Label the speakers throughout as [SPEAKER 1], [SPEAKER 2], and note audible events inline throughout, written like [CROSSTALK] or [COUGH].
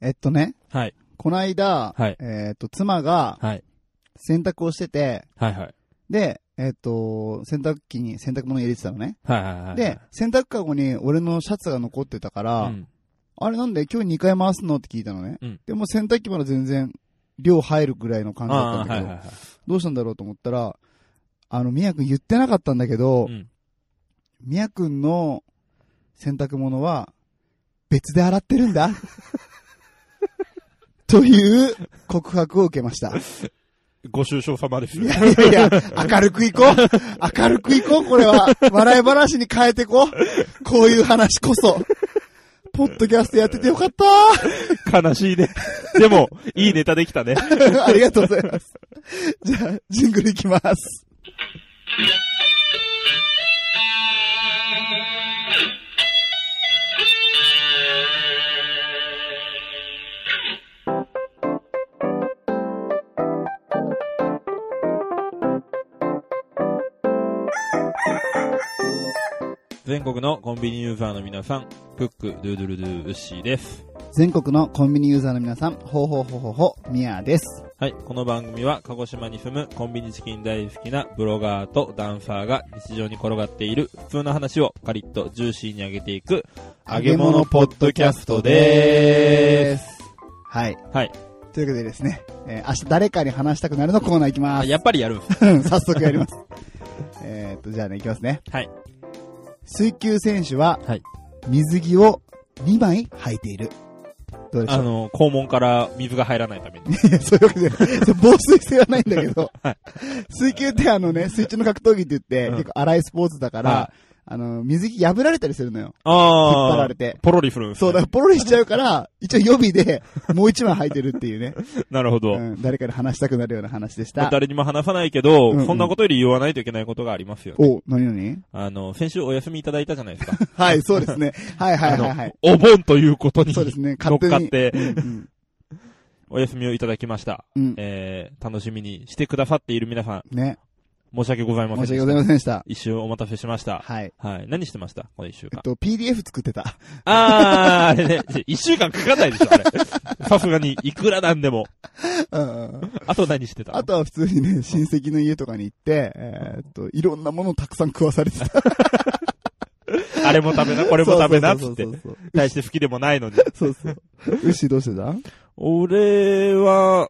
[SPEAKER 1] えっとね、
[SPEAKER 2] はい。
[SPEAKER 1] こないだ、
[SPEAKER 2] はい
[SPEAKER 1] えっと、妻が
[SPEAKER 2] はい。
[SPEAKER 1] 洗濯をしてて、
[SPEAKER 2] はいはい。
[SPEAKER 1] で、えっと、洗濯機に洗濯物入れてたのね。
[SPEAKER 2] はいはいはい。
[SPEAKER 1] で、、洗濯かごに俺のシャツが残ってたか
[SPEAKER 2] う
[SPEAKER 1] ら、
[SPEAKER 2] ん。
[SPEAKER 1] あれなんで今日2回回すのって聞いたのね。
[SPEAKER 2] うん
[SPEAKER 1] でも洗濯機まだ全然量入るぐらいの感じだったん
[SPEAKER 2] あー
[SPEAKER 1] だ
[SPEAKER 2] は
[SPEAKER 1] けど、
[SPEAKER 2] いはいはい。
[SPEAKER 1] どうしたんだろうと思ったら、あの、みやくん言ってなかったんだけど
[SPEAKER 2] う、ん。
[SPEAKER 1] みやくんの洗濯物は別で洗ってるん
[SPEAKER 2] [LAUGHS]
[SPEAKER 1] だ。という告白を受けました。
[SPEAKER 2] ご愁傷様です
[SPEAKER 1] い。や [LAUGHS] いやいや、明るくいこう。明るくいこう、これは。笑い話に変えてこう。こういう話こそ。ポッドキャストやっててよかった
[SPEAKER 2] [LAUGHS]
[SPEAKER 1] [LAUGHS]
[SPEAKER 2] 悲しい [LAUGHS] ね。でも、いいネタできたね。
[SPEAKER 1] ーありがとうございます。じゃあ、ジングルいきます。
[SPEAKER 2] 全国のコンビニユーザーの皆さん、クック、ドゥードゥルドゥウッシーです。
[SPEAKER 1] 全国のコンビニユーザーの皆さん、ほうほうほうほうほう、みやです。
[SPEAKER 2] はい、この番組は鹿児島に住むコンビニチキン大好きなブロガーとダンサーが日常に転がっている普通の話をカリッとジューシーに上げていく揚げ物ポッドキャストでーす。
[SPEAKER 1] す。はい。
[SPEAKER 2] はい。
[SPEAKER 1] というわけでですね、えー明日誰かに話したくなるのコーナーいきま
[SPEAKER 2] あ、
[SPEAKER 1] す。
[SPEAKER 2] やっぱりやるんす
[SPEAKER 1] [LAUGHS] 早速やります。えーっと、じゃあね、いきますね。
[SPEAKER 2] はい。
[SPEAKER 1] 水球選手は、
[SPEAKER 2] はい
[SPEAKER 1] 水着を2枚履いている。どうでし
[SPEAKER 2] あ
[SPEAKER 1] ょう
[SPEAKER 2] の、肛門から水が入らないために。
[SPEAKER 1] いや [LAUGHS] そういうわけじゃない。それ防水性はないんだけど、水球ってあのね、水中の格闘技って言って、
[SPEAKER 2] うん
[SPEAKER 1] 結構荒いスポーツだから、
[SPEAKER 2] は
[SPEAKER 1] あの、水着破られたりするのよ。引っ
[SPEAKER 2] ああ。
[SPEAKER 1] 張られて。
[SPEAKER 2] ポロリするんです
[SPEAKER 1] そう、
[SPEAKER 2] ね
[SPEAKER 1] だからポロリしちゃうから、一応予備でもう一枚履いてるっていうね。
[SPEAKER 2] なるほど。
[SPEAKER 1] うん、誰かに話したくなるような話でし
[SPEAKER 2] まあ
[SPEAKER 1] た。
[SPEAKER 2] 誰にも話さないけど、
[SPEAKER 1] うんうん
[SPEAKER 2] そんなことより言わないといけないことがありますよ、ね。
[SPEAKER 1] お、何々
[SPEAKER 2] あの、先週お休みいただいたじゃないですか。
[SPEAKER 1] はい、そうですね。はい [LAUGHS] はいはいはい。
[SPEAKER 2] あのお盆ということに
[SPEAKER 1] そうですね、勝
[SPEAKER 2] 乗っ
[SPEAKER 1] 手に。
[SPEAKER 2] かって、
[SPEAKER 1] うん
[SPEAKER 2] お休みをいただきました。
[SPEAKER 1] うん。
[SPEAKER 2] えー、楽しみにしてくださっている皆さん、
[SPEAKER 1] ね、
[SPEAKER 2] 申し訳ございません
[SPEAKER 1] 申
[SPEAKER 2] で
[SPEAKER 1] し
[SPEAKER 2] し
[SPEAKER 1] 訳
[SPEAKER 2] た。
[SPEAKER 1] ございませんでした。
[SPEAKER 2] 一周お待たせしました。
[SPEAKER 1] はい。
[SPEAKER 2] はい。何してましたこの一週
[SPEAKER 1] えっ
[SPEAKER 2] 間。
[SPEAKER 1] と、PDF 作ってた。 [LAUGHS]
[SPEAKER 2] あー、あれね。一週間かかんないでしょ、あれ。さすがに、いくらなんでも。
[SPEAKER 1] うん。
[SPEAKER 2] あと何してたの
[SPEAKER 1] あとは普通にね、親戚の家とかに行って、えーっと、いろんなものをたくさん食わされてた。こ
[SPEAKER 2] あれも食べな、これも食べな、つ
[SPEAKER 1] そう
[SPEAKER 2] っ
[SPEAKER 1] そ
[SPEAKER 2] て
[SPEAKER 1] う。そう
[SPEAKER 2] 大して好きでもないのに。
[SPEAKER 1] そう。そうそう。牛どうしてた
[SPEAKER 2] 俺は、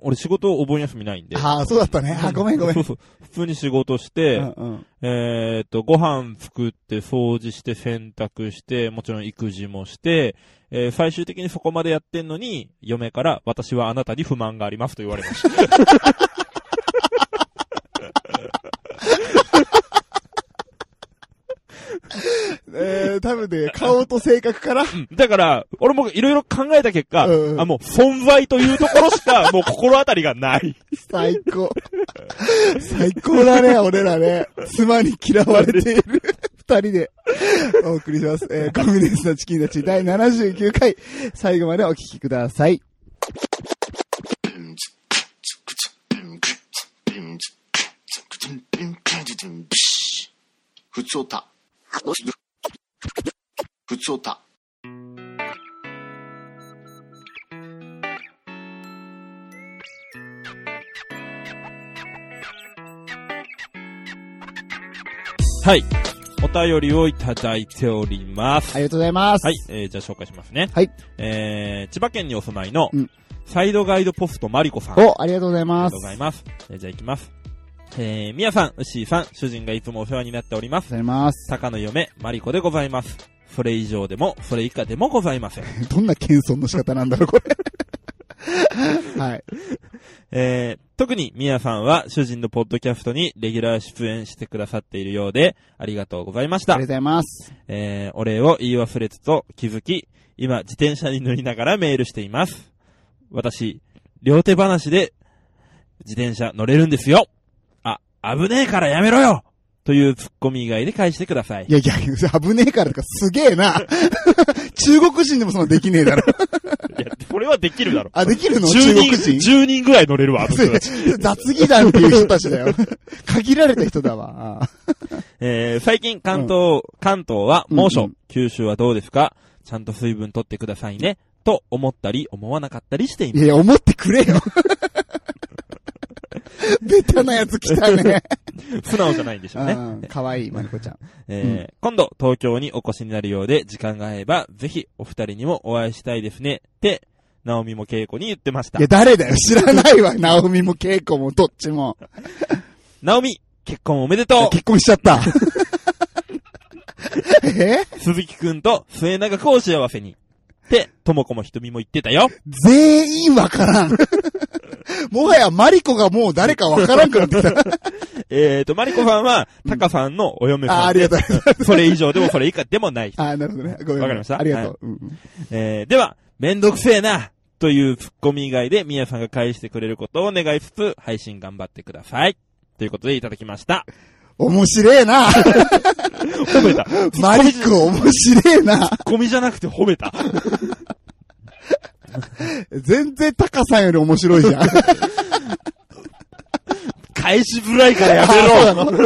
[SPEAKER 2] 俺仕事お盆休みないんで。
[SPEAKER 1] ああ、そうだったね。あーごめんごめん
[SPEAKER 2] そ。うそう。普通に仕事し
[SPEAKER 1] う
[SPEAKER 2] て、
[SPEAKER 1] んうん。
[SPEAKER 2] えーっと、ご飯作って、掃除して、洗濯して、もちろん育児もして、えー最終的にそこまでやってんのに、嫁から、私はあなたに不満がありますと言われました。
[SPEAKER 1] [LAUGHS] えー、多分ね、顔と性格から、
[SPEAKER 2] だから、俺もいろいろ考えた結果、
[SPEAKER 1] うんうん
[SPEAKER 2] あ、もう存在というところしか、もう心当たりがない。
[SPEAKER 1] [LAUGHS] 最高。最高だね、俺らね。妻に嫌われている二人でお送りします。えー、コンビニエンスのチキンたち第79回、最後までお聞きください。
[SPEAKER 3] ふつおた。ふつおた。
[SPEAKER 2] はい。お便りをいただいております。
[SPEAKER 1] ありがとうございます。
[SPEAKER 2] はい、えー、じゃあ紹介しますね。
[SPEAKER 1] はい。
[SPEAKER 2] えー、千葉県にお住まいの、
[SPEAKER 1] うん
[SPEAKER 2] サイドガイドポストマリコさん。
[SPEAKER 1] お、ありがとうござい
[SPEAKER 2] あり
[SPEAKER 1] ま
[SPEAKER 2] が
[SPEAKER 1] す
[SPEAKER 2] とう。ございます。えーじゃあ行きます。えー、みやさん、うしーさん、主人がいつもお世話になっております。
[SPEAKER 1] ありがとうございます。 [LAUGHS]
[SPEAKER 2] 坂の嫁、マリコでございます。それ以上でも、それ以下でもございません。 [LAUGHS]
[SPEAKER 1] どんな謙遜の仕方なんだろう、これ。 [LAUGHS] はい。
[SPEAKER 2] えー、特にみやさんは主人のポッドキャストにレギュラー出演してくださっているようで、ありがとうございまし
[SPEAKER 1] あ
[SPEAKER 2] た
[SPEAKER 1] りがとうご。ざいます。
[SPEAKER 2] えー、お礼を言い忘れつつと気づき、今自転車に乗りながらメールしています。私、両手話で自転車乗れるんですよ。あ、危ねえからやめろよというツッコミ以外で返してください
[SPEAKER 1] い。やいや、危ねえからとかすげえな。 [LAUGHS] 中国人でもそんなできねえだろ。 [LAUGHS]
[SPEAKER 2] いや、これはできるだろ。
[SPEAKER 1] あ、できるの [LAUGHS] 中国人
[SPEAKER 2] 10人ぐらい乗れ
[SPEAKER 1] [LAUGHS]
[SPEAKER 2] るわ、
[SPEAKER 1] 雑技団っていう人たちだよ。限られた人だわ。あ
[SPEAKER 2] えー、最近関東、関東は猛
[SPEAKER 1] う
[SPEAKER 2] 暑、
[SPEAKER 1] んうん
[SPEAKER 2] 九州はどうですかちゃんと水分取ってくださいね。と思ったり思わなかったりしてい
[SPEAKER 1] い
[SPEAKER 2] ます。
[SPEAKER 1] やいや、思ってくれよ。 [LAUGHS] ベタなやつ来たね。
[SPEAKER 2] 素直じゃないんでしょうね。
[SPEAKER 1] うんかわいい、まるこちゃん。
[SPEAKER 2] えー今度東京にお越しになるようで、時間が合えば、ぜひお二人にもお会いしたいですね。って、ナオミも稽古に言ってました
[SPEAKER 1] いや、。誰だよ。知らないわ。ナオミもケイコもどっちも。
[SPEAKER 2] ナオミ、結婚おめでと
[SPEAKER 1] 結婚しちゃ [LAUGHS] った。え
[SPEAKER 2] う鈴木くんと末永くお幸せに。って、ともこもひとみも言ってたよ。
[SPEAKER 1] 全員わからん。 [LAUGHS] もはやマリコがもう誰かわからんくなってきた。
[SPEAKER 2] えーと、マリコさんは、タカさんのお嫁
[SPEAKER 1] あ、
[SPEAKER 2] さ
[SPEAKER 1] あ
[SPEAKER 2] ん
[SPEAKER 1] り
[SPEAKER 2] で
[SPEAKER 1] がとう。
[SPEAKER 2] [LAUGHS] それ以上でもそれ以下でもない。
[SPEAKER 1] [LAUGHS] あ、なるほどね。ごめん。
[SPEAKER 2] わかりました
[SPEAKER 1] ありがとう。うんうん
[SPEAKER 2] えーでは、めんどくせえなというツッコミ以外で、みやさんが返してくれることをお願いつつ、配信頑張ってください。ということでいただきま
[SPEAKER 1] [LAUGHS]
[SPEAKER 2] した。
[SPEAKER 1] 面白え
[SPEAKER 2] [LAUGHS]
[SPEAKER 1] な。
[SPEAKER 2] 褒めた。ツッ
[SPEAKER 1] マリコ面白えな。
[SPEAKER 2] コミじゃなくて褒めた。 [LAUGHS]
[SPEAKER 1] 全然タカさんより面白いじ
[SPEAKER 2] [LAUGHS]
[SPEAKER 1] ゃん。
[SPEAKER 2] 返しづらいからや
[SPEAKER 1] あ
[SPEAKER 2] めろ
[SPEAKER 1] [LAUGHS] そうなのい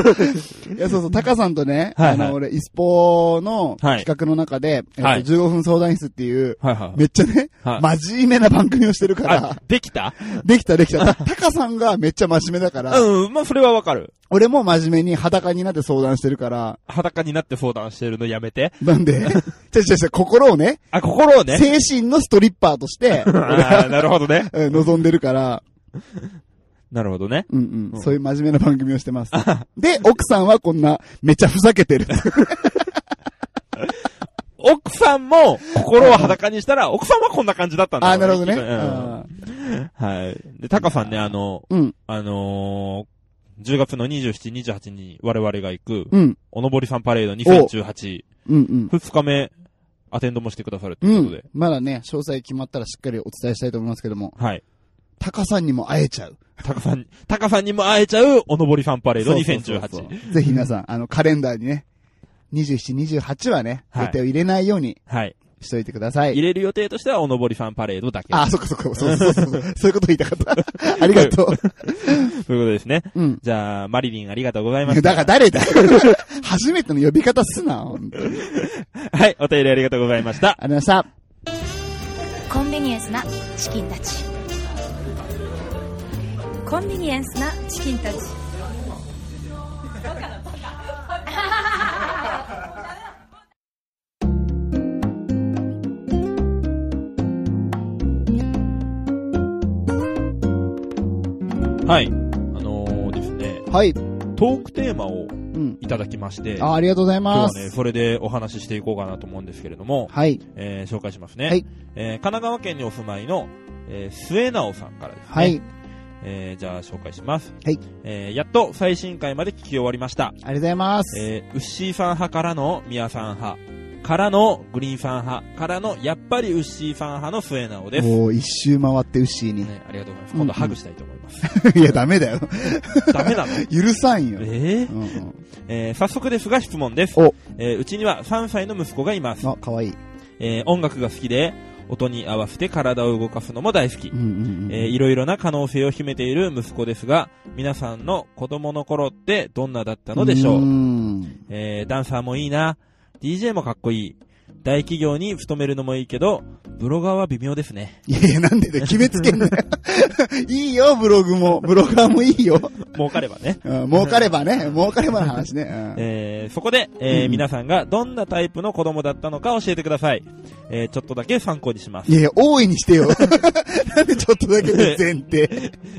[SPEAKER 1] や、そうそう、タカさんとね、
[SPEAKER 2] はいはい
[SPEAKER 1] あの、俺、イスポの企画の中で、えっと
[SPEAKER 2] はい
[SPEAKER 1] 15分相談室っていう、
[SPEAKER 2] はいはい。
[SPEAKER 1] めっちゃね、
[SPEAKER 2] はい
[SPEAKER 1] 真面目な番組をしてるから
[SPEAKER 2] あ、、できた
[SPEAKER 1] できたできた。タカさんがめっちゃ真面目だから、
[SPEAKER 2] うん、まあそれはわかる。
[SPEAKER 1] 俺も真面目に裸になって相談してるから、
[SPEAKER 2] 裸になって相談してるのやめて。
[SPEAKER 1] なん [LAUGHS] で、ちょちょちょ、心をね、
[SPEAKER 2] あ、心をね。
[SPEAKER 1] 精神のストリッパーと [LAUGHS] して、俺
[SPEAKER 2] [LAUGHS] あー
[SPEAKER 1] は
[SPEAKER 2] なるほどね。
[SPEAKER 1] うん望んでるから、
[SPEAKER 2] なるほどね。
[SPEAKER 1] うんうん、そういう真面目な番組をしてます。で、奥さんはこんな、めちゃふざけて [LAUGHS] る。
[SPEAKER 2] 奥さんも
[SPEAKER 1] [LAUGHS]
[SPEAKER 2] 心を裸にしたら、奥さんはこんな感じだったんだ
[SPEAKER 1] あー、なる
[SPEAKER 2] ろ
[SPEAKER 1] ほ
[SPEAKER 2] う
[SPEAKER 1] どね。
[SPEAKER 2] きっとうんはい。で、タカさんね、あの、
[SPEAKER 1] うん、
[SPEAKER 2] あのー、10月の27、28に我々が行く、
[SPEAKER 1] うん、
[SPEAKER 2] おのぼりさんパレード2018、
[SPEAKER 1] うん、うん。
[SPEAKER 2] 2日目、アテンドもしてくださると
[SPEAKER 1] う
[SPEAKER 2] いうことで
[SPEAKER 1] ん。。まだね、詳細決まったらしっかりお伝えしたいと思いますけども、
[SPEAKER 2] はい。
[SPEAKER 1] タカさんにも会えちゃう。
[SPEAKER 2] タカさん、タカさんにも会えちゃう、おのぼりさんパレード
[SPEAKER 1] そう
[SPEAKER 2] 2018。
[SPEAKER 1] そうそうそうぜひ皆さん、あの、カレンダーにね、27、28はね、
[SPEAKER 2] はい
[SPEAKER 1] 予定を入れないように
[SPEAKER 2] はい。
[SPEAKER 1] しといてください。
[SPEAKER 2] 入れる予定としては、おのぼりさんパレードだけ。
[SPEAKER 1] あ、そっかそっか、そうそうそうそう。そういうこと言いたか [LAUGHS] った。ありがとう。
[SPEAKER 2] ということですね。
[SPEAKER 1] うん。
[SPEAKER 2] じゃあ、マリリンありがとうございま
[SPEAKER 1] だ
[SPEAKER 2] し
[SPEAKER 1] か
[SPEAKER 2] た。
[SPEAKER 1] ら誰だよ [LAUGHS] 初めての呼び方すな、ほんとにありがとう
[SPEAKER 2] はい、お便りありがとうございました。
[SPEAKER 1] ございました。
[SPEAKER 3] コンビニエンスなチキンたちコンビニエンスなチキンたち
[SPEAKER 2] はい。あのー、ですね、
[SPEAKER 1] はい。
[SPEAKER 2] トークテーマを
[SPEAKER 1] うん。
[SPEAKER 2] いただきまして、
[SPEAKER 1] あ、ありがとうござい
[SPEAKER 2] 今日
[SPEAKER 1] ま
[SPEAKER 2] は
[SPEAKER 1] す。
[SPEAKER 2] ね、それでお話ししていこうかなと思うんですけれども、
[SPEAKER 1] はい。
[SPEAKER 2] えー紹介しますね。
[SPEAKER 1] はい
[SPEAKER 2] えー神奈川県にお住まいの、えー末直さんからですね。
[SPEAKER 1] はい。
[SPEAKER 2] えーじゃあ紹介します。
[SPEAKER 1] はい
[SPEAKER 2] えーやっと最新回まで聞き終わりました。
[SPEAKER 1] ありがとうございます。
[SPEAKER 2] えー、ウッシーさん派からのミヤさん派、からのグリーンさん派、からのやっぱりウッシーさん派の末直です。
[SPEAKER 1] もう一周回ってウッシーに。
[SPEAKER 2] ね、ありがとうございます。
[SPEAKER 1] うん
[SPEAKER 2] 今度ハグしたいと思います。
[SPEAKER 1] [LAUGHS]
[SPEAKER 2] [LAUGHS]
[SPEAKER 1] いや、ダメだよ。
[SPEAKER 2] ダメ
[SPEAKER 1] [LAUGHS]
[SPEAKER 2] なの
[SPEAKER 1] 許さんよ。
[SPEAKER 2] え
[SPEAKER 1] う
[SPEAKER 2] ー
[SPEAKER 1] んうん。
[SPEAKER 2] えー早速ですが質問です
[SPEAKER 1] お。
[SPEAKER 2] えーうちには3歳の息子がいます。
[SPEAKER 1] あ、かわいい。
[SPEAKER 2] えー音楽が好きで、音に合わせて体を動かすのも大好き
[SPEAKER 1] う。んうんうん。
[SPEAKER 2] えーいろいろな可能性を秘めている息子ですが、皆さんの子供の頃ってどんなだったのでしょ
[SPEAKER 1] ー
[SPEAKER 2] う。
[SPEAKER 1] ん
[SPEAKER 2] えーダンサーもいいな。DJ もかっこいい。大企業に勤めるのもいいけど、ブロガーは微妙ですね。
[SPEAKER 1] いやいや、なんでだよ。決めつけんなよ。 [LAUGHS] いいよ、ブログも。ブロガーもいいよ。
[SPEAKER 2] 儲かれ [LAUGHS] ばね。
[SPEAKER 1] うん儲かればね。儲かればの話ね。うん
[SPEAKER 2] えーそこで、えー
[SPEAKER 1] うん
[SPEAKER 2] 皆さんがどんなタイプの子供だったのか教えてください。えーちょっとだけ参考にします。
[SPEAKER 1] いやいや、大いにしてよ。 [LAUGHS] なんでちょっとだけで前提。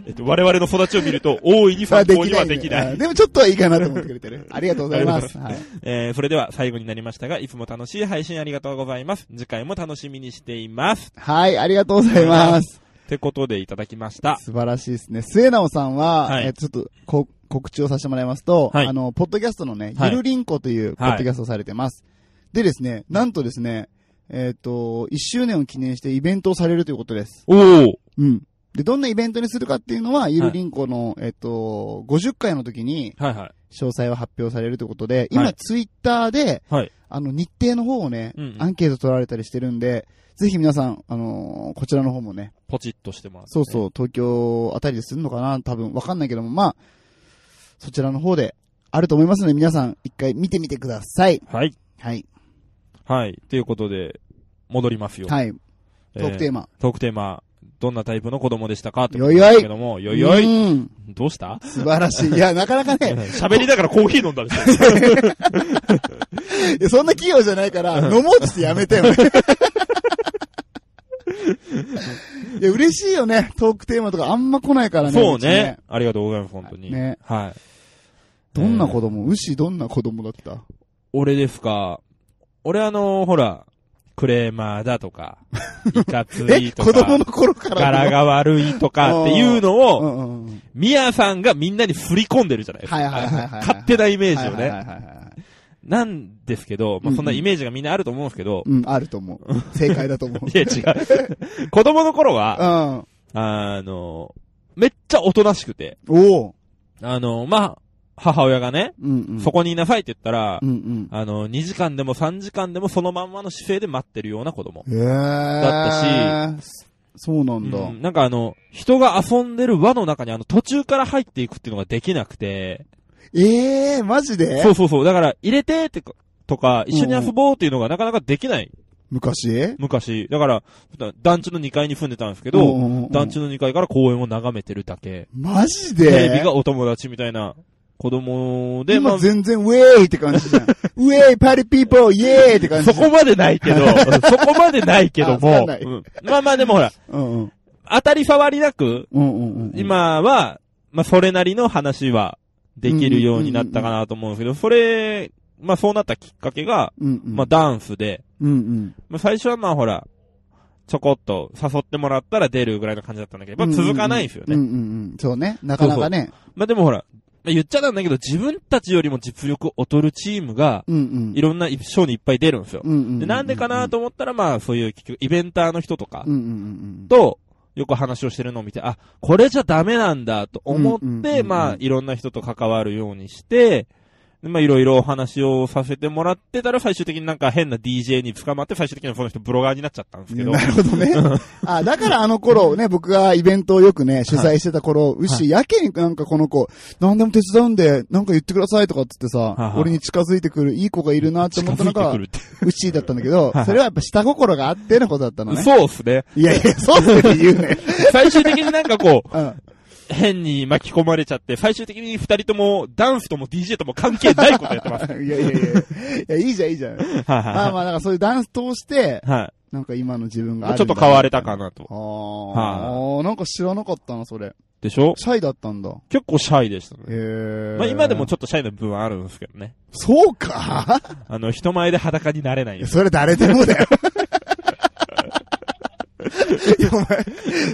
[SPEAKER 2] えっと、我々の育ちを見ると、大いに参考にはでき
[SPEAKER 1] あ
[SPEAKER 2] な
[SPEAKER 1] ねあ
[SPEAKER 2] い。
[SPEAKER 1] でもちょっとはいいかなと思ってくれてる。ありがとうございます。
[SPEAKER 2] あ
[SPEAKER 1] は
[SPEAKER 2] り
[SPEAKER 1] い
[SPEAKER 2] えーそれでは最後になりましたが、いつも楽しい配信ありがとうございます。次回も楽しみにしています。
[SPEAKER 1] はい、ありがとうございます。
[SPEAKER 2] ってことでいただきました。
[SPEAKER 1] 素晴らしいですね。末直さんは
[SPEAKER 2] は、い
[SPEAKER 1] えちょっとこ告知をさせてもらいますと、
[SPEAKER 2] はい
[SPEAKER 1] あの、ポッドキャストのね、
[SPEAKER 2] は
[SPEAKER 1] ゆ
[SPEAKER 2] い
[SPEAKER 1] るりんこというポッドキャストをされてます。でですね、なんとですね、えっと、1周年を記念してイベントをされるということです。
[SPEAKER 2] おお
[SPEAKER 1] うん。で、どんなイベントにするかっていうのは、ゆるりんこの、えっと、50回の時に
[SPEAKER 2] はいは
[SPEAKER 1] 詳細を発表されるということで、今、
[SPEAKER 2] はい
[SPEAKER 1] ツイッターで、
[SPEAKER 2] はい
[SPEAKER 1] あの、日程の方をね、
[SPEAKER 2] うんうん
[SPEAKER 1] アンケート取られたりしてるんで、ぜひ皆さん、あのーこちらの方もね、
[SPEAKER 2] い。ポチッとしてます、
[SPEAKER 1] そうそう、東京あたりでするのかな多分、わかんないけども、まあ、そちらの方で、あると思いますので、皆さん、一回見てみてください。
[SPEAKER 2] う。はい。
[SPEAKER 1] はい。
[SPEAKER 2] はい。ということで、戻りますよ。
[SPEAKER 1] はい。トークテーマ。
[SPEAKER 2] トークテーマ、どんなタイプの子供でしたかって
[SPEAKER 1] よいよい
[SPEAKER 2] けども、よいよい。
[SPEAKER 1] うん
[SPEAKER 2] どうした
[SPEAKER 1] 素晴らしい。いや、なかなか
[SPEAKER 2] [LAUGHS]
[SPEAKER 1] ね、
[SPEAKER 2] 喋りながらコーヒー飲んだでしょ。
[SPEAKER 1] いやそんな器用じゃないから、飲もうっつってやめてよ。
[SPEAKER 2] [LAUGHS]
[SPEAKER 1] いや、嬉しいよね。トークテーマとかあんま来ないからね。
[SPEAKER 2] そう
[SPEAKER 1] うち
[SPEAKER 2] ね。。ありがとうございます、本当に。
[SPEAKER 1] ね
[SPEAKER 2] はい。
[SPEAKER 1] どんな子
[SPEAKER 2] と
[SPEAKER 1] 供牛どんな子供だった
[SPEAKER 2] 俺ですか。俺あの、ほら、クレーマーだ
[SPEAKER 1] [LAUGHS]
[SPEAKER 2] とか、いかつ
[SPEAKER 1] え
[SPEAKER 2] いと
[SPEAKER 1] 子
[SPEAKER 2] か、
[SPEAKER 1] 供の頃からの
[SPEAKER 2] 柄が悪いとかっていうの
[SPEAKER 1] うん
[SPEAKER 2] を、
[SPEAKER 1] うんうん。
[SPEAKER 2] ミヤさんがみんなに振り込んでるじゃないですか。
[SPEAKER 1] はいはいはいはいはい。
[SPEAKER 2] 勝手なイメージを
[SPEAKER 1] はいはい
[SPEAKER 2] ね。
[SPEAKER 1] はいはい
[SPEAKER 2] なんですけど、
[SPEAKER 1] うん
[SPEAKER 2] ま
[SPEAKER 1] う
[SPEAKER 2] あ
[SPEAKER 1] ん
[SPEAKER 2] そんなイメージがみんなあると思うんですけど、
[SPEAKER 1] うん、あると思う。正解だと思う。
[SPEAKER 2] [LAUGHS] いや違う。 [LAUGHS] 子供の頃は、
[SPEAKER 1] うん。
[SPEAKER 2] あの、めっちゃおとなしくて、
[SPEAKER 1] おう。
[SPEAKER 2] あの、まあ、母親がね、
[SPEAKER 1] うんうん。
[SPEAKER 2] そこにいなさいって言ったら
[SPEAKER 1] う、んうん。
[SPEAKER 2] あの、2時間でも3時間でもそのまんまの姿勢で待ってるような子供。
[SPEAKER 1] ええ。だ
[SPEAKER 2] だ
[SPEAKER 1] ったし。そうなんだ。
[SPEAKER 2] うんなんかあの、人が遊んでる輪の中にあの途中から入っていくっていうのができなくて、
[SPEAKER 1] ええ、マジで
[SPEAKER 2] そうそうそう、だから入れてってかとか、一緒に遊ぼうっていうのがなかなかできない、
[SPEAKER 1] 昔
[SPEAKER 2] 昔。だから、団地の2階に住んでたんですけ
[SPEAKER 1] うん
[SPEAKER 2] ど、
[SPEAKER 1] うんうん
[SPEAKER 2] 団地の2階から公園を眺めてるだけ。
[SPEAKER 1] マジ
[SPEAKER 2] テ
[SPEAKER 1] で
[SPEAKER 2] レビがお友達みたいな子供で、ま
[SPEAKER 1] 今
[SPEAKER 2] あ、
[SPEAKER 1] 全然ウェーイって感じじゃ
[SPEAKER 2] [LAUGHS]
[SPEAKER 1] ん。ウェーイ、パリピーポー、イエーイって感じ
[SPEAKER 2] そこまでない
[SPEAKER 1] [LAUGHS]
[SPEAKER 2] けど、そこまでないけど
[SPEAKER 1] あわかん
[SPEAKER 2] も、
[SPEAKER 1] ない
[SPEAKER 2] うんまあまあでもほら、
[SPEAKER 1] うんうん。
[SPEAKER 2] 当たり障りなく、
[SPEAKER 1] うんうんうん。、
[SPEAKER 2] 今は、まあ、それなりの話はできるようになったかなと思うんですけど、それ、まあ、そうなったきっかけが、
[SPEAKER 1] うんうん。
[SPEAKER 2] まあ、ダンスで、
[SPEAKER 1] うんうん。
[SPEAKER 2] まあ、最初はまあ、ほら、ちょこっと誘ってもらったら出るぐらいの感じだったんだけど、まあ、続かないんですよ
[SPEAKER 1] うんう
[SPEAKER 2] ね。
[SPEAKER 1] んうん。そうね。なかなかね。
[SPEAKER 2] まあ、でもほら、まあ、言っちゃなんだけど、自分たちよりも実力劣るチームが、
[SPEAKER 1] うんうん。
[SPEAKER 2] いろんな賞にいっぱい出るんですよ。
[SPEAKER 1] うんうん。
[SPEAKER 2] で、なんでかなと思ったら、まあ、そういう、結局、イベンターの人とか
[SPEAKER 1] うんうんうん
[SPEAKER 2] と、よく話をしてるのを見て、あ、これじゃダメなんだと思っ
[SPEAKER 1] うんうんうんう
[SPEAKER 2] て、
[SPEAKER 1] ん
[SPEAKER 2] まあ、いろんな人と関わるようにして、でまあ、いろいろお話をさせてもらってたら、最終的になんか変な DJ に捕まって、最終的にはその人ブロガーになっちゃったんです
[SPEAKER 1] うん
[SPEAKER 2] け
[SPEAKER 1] い
[SPEAKER 2] ど
[SPEAKER 1] や。なるほどね。
[SPEAKER 2] [LAUGHS]
[SPEAKER 1] あ、だからあの頃ね、僕がイベントをよくね、主催してた頃、うし、やけになんかこの子、何でも手伝うんで、なんか言ってくださいとかっつって
[SPEAKER 2] いは
[SPEAKER 1] さ、
[SPEAKER 2] い
[SPEAKER 1] 俺に近づいてくるいい子がいるなって思
[SPEAKER 2] 近
[SPEAKER 1] ったの
[SPEAKER 2] づい
[SPEAKER 1] が
[SPEAKER 2] てく、るって。
[SPEAKER 1] うしだったんだけど
[SPEAKER 2] いは、い
[SPEAKER 1] それはやっぱ下心があってのことだったのね。
[SPEAKER 2] そうっすね。
[SPEAKER 1] いやいや、そうする言うね。
[SPEAKER 2] 最終的になんかこう、
[SPEAKER 1] うん。
[SPEAKER 2] 変に巻き込まれちゃって、最終的に二人とも、ダンスとも DJ とも関係ないことやってます。
[SPEAKER 1] [LAUGHS] いやいやいや。いや、いいじゃん、いいじゃん。
[SPEAKER 2] はい
[SPEAKER 1] まあ
[SPEAKER 2] は
[SPEAKER 1] まあ、だからそういうダンス通して
[SPEAKER 2] い、はい。
[SPEAKER 1] なんか今の自分が
[SPEAKER 2] ま
[SPEAKER 1] あ
[SPEAKER 2] あ
[SPEAKER 1] る。
[SPEAKER 2] ちょっと変われた。かなと。
[SPEAKER 1] あーあー、なんか知らなかったな、それ。
[SPEAKER 2] でしょ
[SPEAKER 1] シャイだったんだ。
[SPEAKER 2] 結構シャイでした
[SPEAKER 1] へ
[SPEAKER 2] ね。
[SPEAKER 1] え。
[SPEAKER 2] まあ今でもちょっとシャイな部分はあるんですけどね。
[SPEAKER 1] そうか
[SPEAKER 2] あの、人前で裸になれない
[SPEAKER 1] い
[SPEAKER 2] よ
[SPEAKER 1] や。それ誰でもだよ。いや、お前、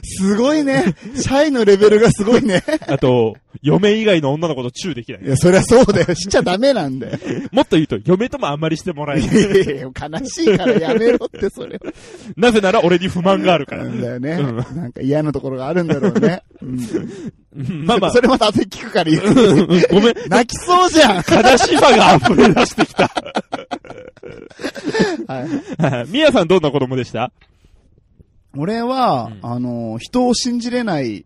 [SPEAKER 1] すごいね。シャイのレベルがすごいね。
[SPEAKER 2] あと、嫁以外の女の子とチューできない
[SPEAKER 1] い。や、そりゃそうだよ。しちゃダメなんだよ。
[SPEAKER 2] もっと言うと、嫁ともあんまりしてもらえ
[SPEAKER 1] い
[SPEAKER 2] ない。
[SPEAKER 1] やいやいや、悲しいからやめろって、それは。
[SPEAKER 2] なぜなら俺に不満があるから
[SPEAKER 1] な。んだよね。
[SPEAKER 2] うん
[SPEAKER 1] なんか嫌なところがあるんだろう
[SPEAKER 2] [LAUGHS]
[SPEAKER 1] ね。うん
[SPEAKER 2] まあまあ
[SPEAKER 1] そ、れまた後で聞くから言う。
[SPEAKER 2] [LAUGHS] うんうんごめん。
[SPEAKER 1] 泣きそうじゃん
[SPEAKER 2] 悲しさが溢れ出してきた。
[SPEAKER 1] はい。
[SPEAKER 2] みやさんどんな子供でした
[SPEAKER 1] 俺は、
[SPEAKER 2] うん
[SPEAKER 1] あの、人を信じれない。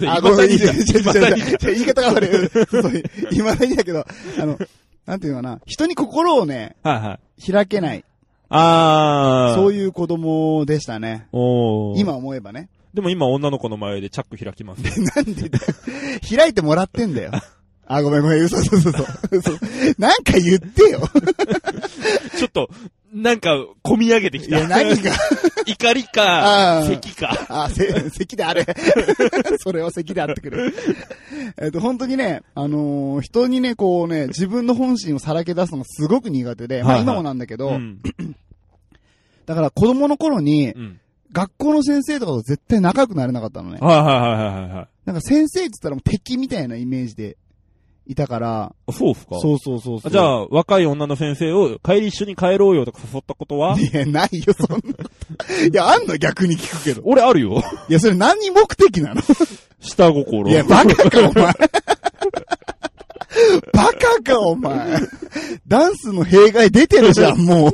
[SPEAKER 2] 今
[SPEAKER 1] ごめん、
[SPEAKER 2] 更に
[SPEAKER 1] 違う違う
[SPEAKER 2] 今更に
[SPEAKER 1] 違う違う言い方が悪い。そう言まだにだけど、あの、なんていうのかな、人に心をね、
[SPEAKER 2] はいはい。
[SPEAKER 1] 開けない、
[SPEAKER 2] あー。
[SPEAKER 1] そう
[SPEAKER 2] う。
[SPEAKER 1] いう子供でしたね。
[SPEAKER 2] おー
[SPEAKER 1] 今。思えばね。
[SPEAKER 2] でも今女の子の前でチャック開きますね。
[SPEAKER 1] なんでだよ開いてもらってんだよ。あ、ごめんごめん、嘘嘘嘘嘘。嘘なんか言ってよ。
[SPEAKER 2] ちょっと、なんか、込み上げてき
[SPEAKER 1] い
[SPEAKER 2] た。
[SPEAKER 1] や、何が。
[SPEAKER 2] [LAUGHS] 怒りか
[SPEAKER 1] あ、ー
[SPEAKER 2] 咳か。
[SPEAKER 1] あ、せ、咳であれ。 [LAUGHS] それは咳であってくれ。えっと、本当にね、あのー人にね、こうね、自分の本心をさらけ出すのがすごく苦手で、ま
[SPEAKER 2] は
[SPEAKER 1] あ
[SPEAKER 2] いはい
[SPEAKER 1] 今もなんだけど、
[SPEAKER 2] うん。
[SPEAKER 1] だから子供の頃に
[SPEAKER 2] う、ん。
[SPEAKER 1] 学校の先生とかと絶対仲良くなれなかったのね。
[SPEAKER 2] はいはいはいはいはい。
[SPEAKER 1] なんか先生って言ったらもう敵みたいなイメージでいたから、
[SPEAKER 2] あそうっすか
[SPEAKER 1] そうそうそうそう。
[SPEAKER 2] あじゃあ、若い女の先生を、帰り一緒に帰ろうよとか誘ったこ
[SPEAKER 1] [LAUGHS]
[SPEAKER 2] とは
[SPEAKER 1] いや、ないよ、そんなこと。いや、あんの逆に聞くけど。
[SPEAKER 2] 俺あ
[SPEAKER 1] [LAUGHS]
[SPEAKER 2] るよ。
[SPEAKER 1] いや、それ何目的なの
[SPEAKER 2] 下心。
[SPEAKER 1] いや、バカか、お前。バカか、お前。ダンスの弊害出てるじゃん、もう。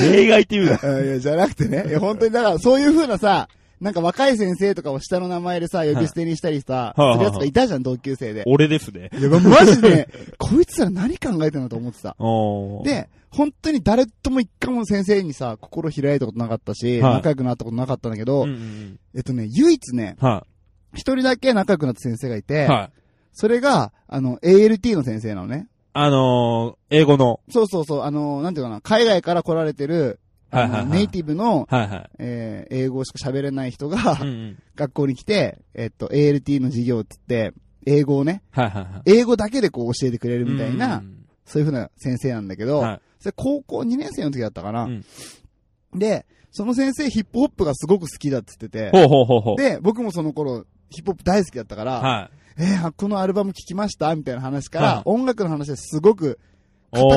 [SPEAKER 2] 例外っていうな。
[SPEAKER 1] あいや、じゃなくてね。いや、本当に、だから、そういう風なさ、なんか若い先生とかを下の名前でさ、呼び捨てにしたりさ、
[SPEAKER 2] はい
[SPEAKER 1] するやつがいたじゃん、同級生で。
[SPEAKER 2] [LAUGHS] 俺ですね。
[SPEAKER 1] いや、マジで、こいつら何考えてんだと思ってた。
[SPEAKER 2] おー、
[SPEAKER 1] で、本当に誰とも一回も先生にさ、心開いたことなかったし、
[SPEAKER 2] はい
[SPEAKER 1] 仲良くなったことなかったんだけ
[SPEAKER 2] う
[SPEAKER 1] ど、
[SPEAKER 2] んうんうん
[SPEAKER 1] えっとね、唯一ね、
[SPEAKER 2] は
[SPEAKER 1] 一人だけ仲良くなった先生がい
[SPEAKER 2] い。
[SPEAKER 1] て、
[SPEAKER 2] はい。
[SPEAKER 1] それが、あの、ALT の先生なのね。
[SPEAKER 2] あのー、英語の。
[SPEAKER 1] そうそうそう、あの、なんていうかな、海外から来られてる、
[SPEAKER 2] はいはい
[SPEAKER 1] あ
[SPEAKER 2] はい
[SPEAKER 1] のネイティブの、
[SPEAKER 2] はいはい。
[SPEAKER 1] えー英語しか喋れない人が、
[SPEAKER 2] うんうん。
[SPEAKER 1] 学校に来て、えっと、ALT の授業って言って、英語をね、
[SPEAKER 2] はいはいはい。
[SPEAKER 1] 英語だけでこう教えてくれるみたいな、
[SPEAKER 2] うん
[SPEAKER 1] そういう風な先生なんだけ
[SPEAKER 2] うんう
[SPEAKER 1] ど、
[SPEAKER 2] ん。はい。
[SPEAKER 1] それ高校2年生の時だったかな。
[SPEAKER 2] うん
[SPEAKER 1] で、その先生ヒップホップがすごく好きだって言ってて、
[SPEAKER 2] ほうほうほうほう。
[SPEAKER 1] で、僕もその頃、ヒップホップ大好きだったから、
[SPEAKER 2] は
[SPEAKER 1] えーこのアルバム聞きましたみたいな話から、
[SPEAKER 2] はい
[SPEAKER 1] 音楽の話ですごく、
[SPEAKER 2] い。
[SPEAKER 1] 片片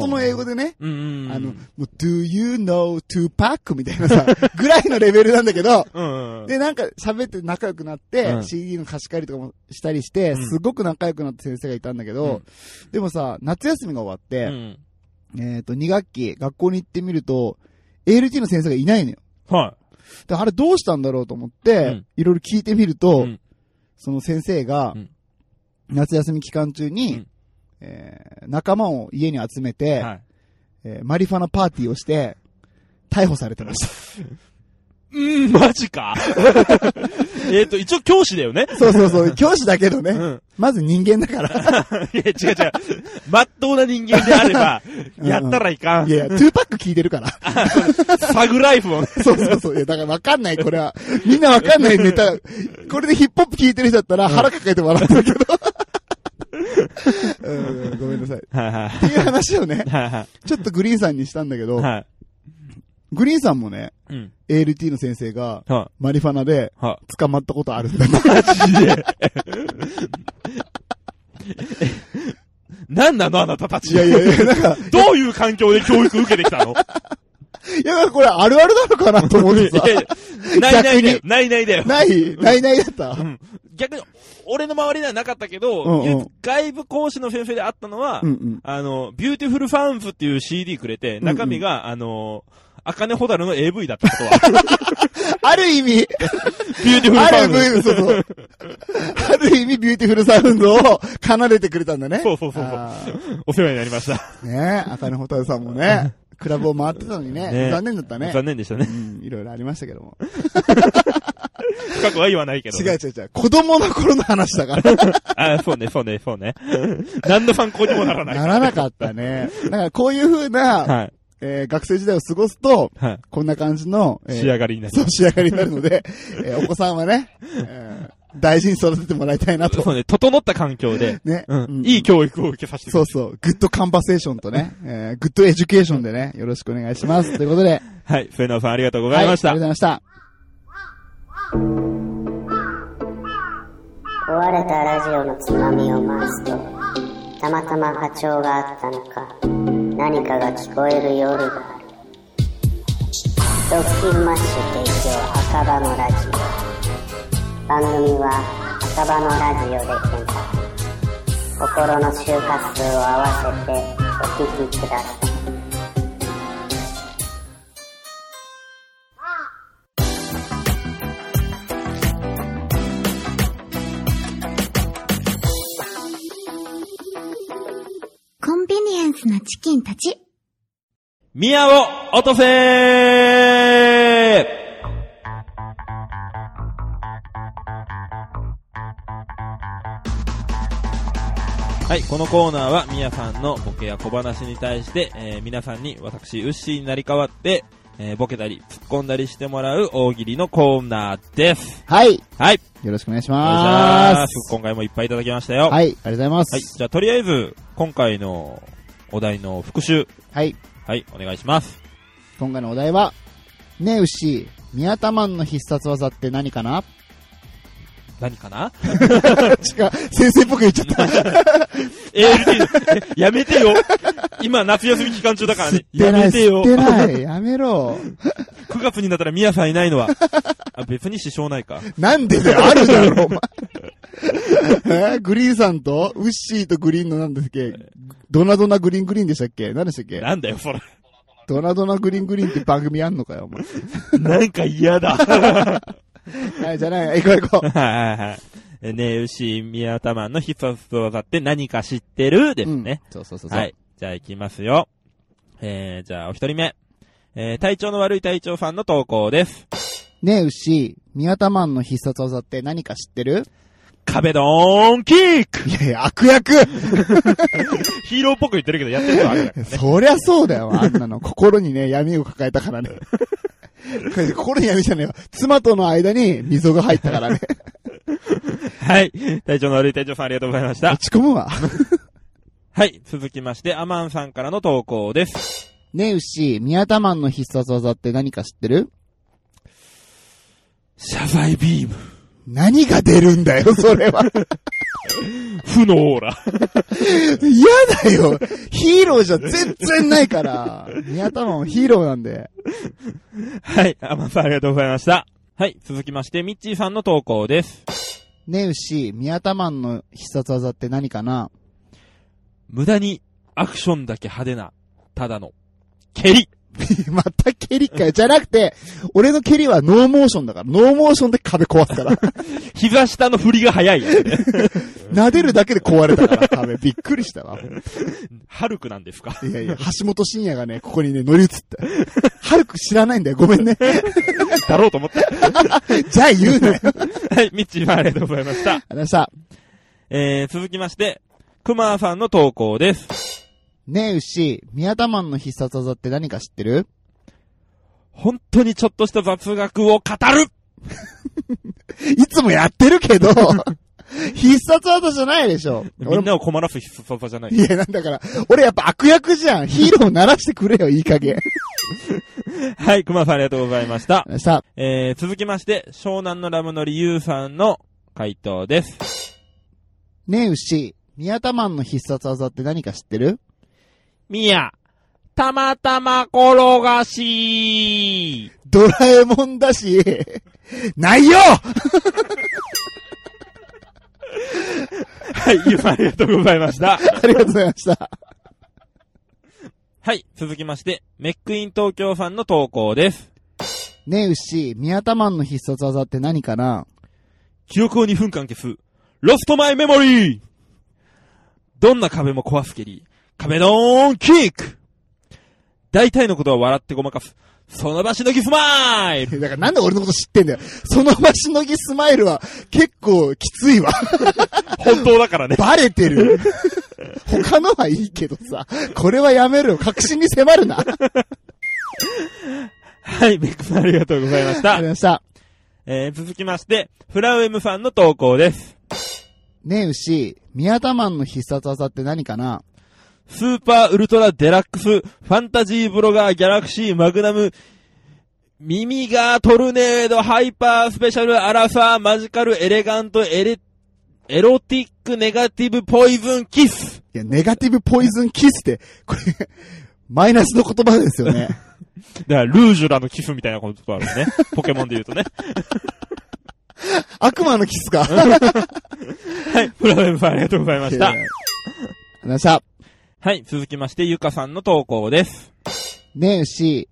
[SPEAKER 1] 言の英語
[SPEAKER 2] で。
[SPEAKER 1] でね、
[SPEAKER 2] うんうんうん。
[SPEAKER 1] あの、もう Do you know Tupac? みたいなさ、 [LAUGHS] ぐらいのレベルなんだけど、
[SPEAKER 2] うんうん。
[SPEAKER 1] で、なんか喋って仲良くなって、
[SPEAKER 2] うん
[SPEAKER 1] CD の貸し借りとかもしたりして、
[SPEAKER 2] うん
[SPEAKER 1] すごく仲良くなった先生がいたんだけど、
[SPEAKER 2] うん
[SPEAKER 1] でもさ、夏休みが終わって、
[SPEAKER 2] うん
[SPEAKER 1] えっ、と、2学期、学校に行ってみると、ALT の先生がいないのよ。
[SPEAKER 2] は
[SPEAKER 1] で、あれどうしたんだろうと思っ
[SPEAKER 2] う
[SPEAKER 1] て
[SPEAKER 2] ん、
[SPEAKER 1] いろいろ聞いてみると、
[SPEAKER 2] うん
[SPEAKER 1] その先生が、
[SPEAKER 2] うん
[SPEAKER 1] 夏休み期間中に、
[SPEAKER 2] うん
[SPEAKER 1] えー仲間を家に集めて、
[SPEAKER 2] い。はい。
[SPEAKER 1] えーマリファナパーティーをして、逮捕されてました。
[SPEAKER 2] うん、マジか。 [LAUGHS] えっと、一応教師だよね。
[SPEAKER 1] そうそう
[SPEAKER 2] [LAUGHS]
[SPEAKER 1] そう、教師だけどね、
[SPEAKER 2] うん。
[SPEAKER 1] まず人間だ
[SPEAKER 2] [LAUGHS]
[SPEAKER 1] から。
[SPEAKER 2] いや、違う違う。まっとうな人間であれば、やったらいかん。
[SPEAKER 1] いやいや、トゥーパック聞いてる
[SPEAKER 2] [LAUGHS]
[SPEAKER 1] から。
[SPEAKER 2] サグライ
[SPEAKER 1] [LAUGHS]
[SPEAKER 2] フをね。
[SPEAKER 1] そうそうそう。いや、だからわかんない、これは。みんなわかんないネタ。これでヒップホップ聞いてる人だったら腹抱えて笑ってる
[SPEAKER 2] [LAUGHS]
[SPEAKER 1] けど。うん、ごめんなさい。っ
[SPEAKER 2] はいは
[SPEAKER 1] ていう話を
[SPEAKER 2] [LAUGHS]
[SPEAKER 1] ね
[SPEAKER 2] い。、はいは
[SPEAKER 1] ちょっとグリーンさんにしたんだけ
[SPEAKER 2] い。
[SPEAKER 1] ど、
[SPEAKER 2] はい。
[SPEAKER 1] グリーンさんもね、
[SPEAKER 2] うん。
[SPEAKER 1] ALT の先生が
[SPEAKER 2] は
[SPEAKER 1] マリファナで
[SPEAKER 2] い。は [LAUGHS]
[SPEAKER 1] 捕まったことあるんだね。
[SPEAKER 2] い。なんなのあなたたち。
[SPEAKER 1] いやいやいや、なんか、
[SPEAKER 2] どういう環境で教育受けてき
[SPEAKER 1] [LAUGHS]
[SPEAKER 2] たの
[SPEAKER 1] いや、これあるあるなのかなと思ってさ
[SPEAKER 2] い。やいやないないだよ。な
[SPEAKER 1] な
[SPEAKER 2] いないだよ。
[SPEAKER 1] い、ないないだった
[SPEAKER 2] う。ん逆に、俺の周りではなかったけど、
[SPEAKER 1] うんうん
[SPEAKER 2] 唯一外部講師の先生であったのは、
[SPEAKER 1] うんうん。
[SPEAKER 2] あの、ビューティフルファンズっていう CD くれて、
[SPEAKER 1] んうん
[SPEAKER 2] 中身が、あの、アカネホダルの AV だったことは。
[SPEAKER 1] ある意味、
[SPEAKER 2] ビューティフルフ
[SPEAKER 1] あ
[SPEAKER 2] ァン
[SPEAKER 1] る
[SPEAKER 2] ズ。
[SPEAKER 1] 意味、そうそう。ある意味、ビューティフルサウンドを奏でてくれたんだね。
[SPEAKER 2] そうそうそうそう
[SPEAKER 1] あー
[SPEAKER 2] お世話になりました。
[SPEAKER 1] ねえ、赤根蛍さんもね、クラブを回ってたのにね、
[SPEAKER 2] ね
[SPEAKER 1] 残念だったね。
[SPEAKER 2] 残念でしたね。
[SPEAKER 1] うん、いろいろありましたけども。
[SPEAKER 2] 深くは言わないけど
[SPEAKER 1] 違
[SPEAKER 2] ね、
[SPEAKER 1] う違う違う。子供の頃の話だ
[SPEAKER 2] [LAUGHS]
[SPEAKER 1] から。
[SPEAKER 2] あそうね、そうね、そうね。 [LAUGHS] 何の参考にもならない。
[SPEAKER 1] ならなかったね。だからこういう風な、
[SPEAKER 2] はい。
[SPEAKER 1] えー学生時代を過ごすと、
[SPEAKER 2] はい。
[SPEAKER 1] こんな感じの、えー
[SPEAKER 2] 仕上がりになる。
[SPEAKER 1] そう仕上がりになるので、えーお子さんはね、えー大事に育ててもらいたいなと。
[SPEAKER 2] そうね、整った環境で、
[SPEAKER 1] ね。
[SPEAKER 2] うん
[SPEAKER 1] うん
[SPEAKER 2] いい教育を受けさせてく
[SPEAKER 1] そ
[SPEAKER 2] れ
[SPEAKER 1] うそう。グッドカンバセーションとね、えーグッドエデュケーションでね、よろしくお願いします。ということで。
[SPEAKER 2] はい、フェノーさんありがとうございました。
[SPEAKER 1] はいありがとうございました。
[SPEAKER 4] 壊れたラジオのつまみを回すとたまたま波長があったのか何かが聞こえる夜がある「ドッキンマッシュ提供赤羽のラジオ」番組は赤羽のラジオで検索心の周波数を合わせてお聞きください
[SPEAKER 5] コンビニエンスなチキンたち。
[SPEAKER 2] 宮を落とせーはい、このコーナーは、宮さんのボケや小話に対して、えー皆さんに私、ウッシーになり変わって、えーボケたり、突っ込んだりしてもらう大喜利のコーナーです。
[SPEAKER 1] はい。
[SPEAKER 2] はい、
[SPEAKER 1] よろしくお願いし
[SPEAKER 2] お願いし
[SPEAKER 1] ま。
[SPEAKER 2] ますす。今回もいっぱいいただきましたよ。
[SPEAKER 1] はい、ありがとうございます。
[SPEAKER 2] はい、じゃあ、とりあえず、今回のお題の復習。
[SPEAKER 1] はい。
[SPEAKER 2] はい、お願いします。
[SPEAKER 1] 今回のお題は、ねえ、牛、宮田マンの必殺技って何か
[SPEAKER 2] [LAUGHS]
[SPEAKER 1] な
[SPEAKER 2] 何かな
[SPEAKER 1] 違う、先生っぽく言っちゃった。
[SPEAKER 2] ALT の、えやめてよ今夏休み期間中だからね。
[SPEAKER 1] 出
[SPEAKER 2] や
[SPEAKER 1] ない、
[SPEAKER 2] めて
[SPEAKER 1] [LAUGHS]
[SPEAKER 2] よ。
[SPEAKER 1] 出
[SPEAKER 2] 9
[SPEAKER 1] ない、やめろ。
[SPEAKER 2] 月になったらミヤさんいないのは。あ、別に支障ないか。
[SPEAKER 1] なんでだよ、あるだろ、お
[SPEAKER 2] [LAUGHS]
[SPEAKER 1] 前。えーグリーンさんと、ウッシーとグリーンのなんだっけドナドナグリーングリーンでしたっけ何でしたっけ
[SPEAKER 2] なんだよ、それ。
[SPEAKER 1] ドナドナグリーングリーンって番組あんのかよ、お前。
[SPEAKER 2] なんか嫌だ。
[SPEAKER 1] [LAUGHS] はい、じゃない、行こう行こう。
[SPEAKER 2] はいはいはい。えねうし、みやたまんの必殺技って何か知ってるです
[SPEAKER 1] うん
[SPEAKER 2] ね。。
[SPEAKER 1] そうそうそうそう。
[SPEAKER 2] はい。じゃあ行きますよ。えー、じゃあお一人目。えー、体調の悪い隊長さんの投稿です。
[SPEAKER 1] ねえ、牛、宮田マンの必殺技って何か知ってる
[SPEAKER 2] 壁ドーンキック
[SPEAKER 1] いやいや、悪役
[SPEAKER 2] ヒーローっぽく言ってるけどやってるのはあれだからね。
[SPEAKER 1] そりゃそうだよ、あんな
[SPEAKER 2] [LAUGHS]
[SPEAKER 1] の。心にね、闇を抱えたからね。心に闇じゃねえわ。妻との間に溝が入った
[SPEAKER 2] [LAUGHS]
[SPEAKER 1] からね。 [LAUGHS]
[SPEAKER 2] はい。体調の悪い隊長さんありがとうございました
[SPEAKER 1] 落。ち込むわ。
[SPEAKER 2] はい。続きまして、アマンさんからの投稿です。
[SPEAKER 1] ねえ、牛、宮田マンの必殺技って何か知ってる
[SPEAKER 2] 謝罪ビーム。
[SPEAKER 1] 何が出るんだよ、それは。
[SPEAKER 2] 負のオーラ。
[SPEAKER 1] 嫌だよ。ヒーローじゃ全然ないから。宮田マンはヒーローなんで。
[SPEAKER 2] はい。アマンさんありがとうございました。はい。続きまして、ミッチーさんの投稿です。
[SPEAKER 1] ねえ、牛、宮田マンの必殺技って何かな [LAUGHS]
[SPEAKER 2] 無駄にアクションだけ派手な、ただの、蹴り。
[SPEAKER 1] また蹴りかよ。じゃなくて、俺の蹴りはノーモーションだから。ノーモーションで壁壊すから。
[SPEAKER 2] 膝下の振りが早いや [LAUGHS] つね。
[SPEAKER 1] 撫でるだけで壊れたから、壁。びっくりしたわ。
[SPEAKER 2] ハルクなんですか
[SPEAKER 1] いやいや、橋本真也がね、ここにね、乗り移った。ハルク知らないんだよ。ごめんね。 [LAUGHS]
[SPEAKER 2] だろうと思った。
[SPEAKER 1] じゃあ言うなよ。
[SPEAKER 2] はい。ミッチーさんありがとうございました。
[SPEAKER 1] あのさ、
[SPEAKER 2] えー、続きまして、クマーさんの投稿です。
[SPEAKER 1] ねえ、牛、宮田マンの必殺技って何か知ってる
[SPEAKER 2] 本当にちょっとした雑学を語る
[SPEAKER 1] いつもやってるけど、必殺技じゃないでしょ。
[SPEAKER 2] み
[SPEAKER 1] 俺
[SPEAKER 2] ん
[SPEAKER 1] も、
[SPEAKER 2] なを困らす必殺技じゃない
[SPEAKER 1] い。や、なんだから、俺やっぱ悪役じゃん。ヒーロー鳴らしてくれよ、いい加減。
[SPEAKER 2] はい、クマさんありがとうございました
[SPEAKER 1] あ。のさ、
[SPEAKER 2] えー、続きまして、湘南のラムのりゆうさんの回答です。
[SPEAKER 1] ねえ、牛、宮田マンの必殺技って何か知ってる
[SPEAKER 2] みや、たまたま転がし
[SPEAKER 1] ドラえもんだし、ないよ
[SPEAKER 2] はい、ゆうさんありがとうございました。
[SPEAKER 1] ありがとうございました。
[SPEAKER 2] はい、続きまして、メックイン東京さんの投稿です。
[SPEAKER 1] ねえ、牛、宮田マンの必殺技って何かな
[SPEAKER 2] 記憶を2分間消す、ロストマイメモリーどんな壁も壊すけり、壁ドーンキック大体のことは笑ってごまかす、その場しのぎスマイル
[SPEAKER 1] だからなんで俺のこと知ってんだよ。その場しのぎスマイルは結構きついわ。
[SPEAKER 2] [LAUGHS] 本当だからね。
[SPEAKER 1] バレてる。他のはいいけどさ、これはやめろよ。確信に迫るな。ありがとう
[SPEAKER 2] はい、メックさんありがとうございまし
[SPEAKER 1] ござ
[SPEAKER 2] た
[SPEAKER 1] い。ました。
[SPEAKER 2] えー続きまして、フラウエムさんの投稿です。
[SPEAKER 1] ねえ、牛、宮田マンの必殺技って何かな
[SPEAKER 2] スーパーウルトラデラックス、ファンタジーブロガー、ギャラクシー、マグナム、耳がトルネード、ハイパー、スペシャル、アラファー、マジカル、エレガント、エレ、エロティック、ネガティブ、ポイズン、キス。
[SPEAKER 1] いや、ネガティブポイズンキスって、これ、マイナスの言葉ですよ [LAUGHS] ね。
[SPEAKER 2] だから、ルージュラのキスみたいなことあるね。ポケモンで言うとね。
[SPEAKER 1] 悪魔のキスか。
[SPEAKER 2] はい、フラウエムさんありがとうございました
[SPEAKER 1] ありがとう。ございました。
[SPEAKER 2] はい、続きまして、ゆかさんの投稿です。
[SPEAKER 1] ねえ、牛、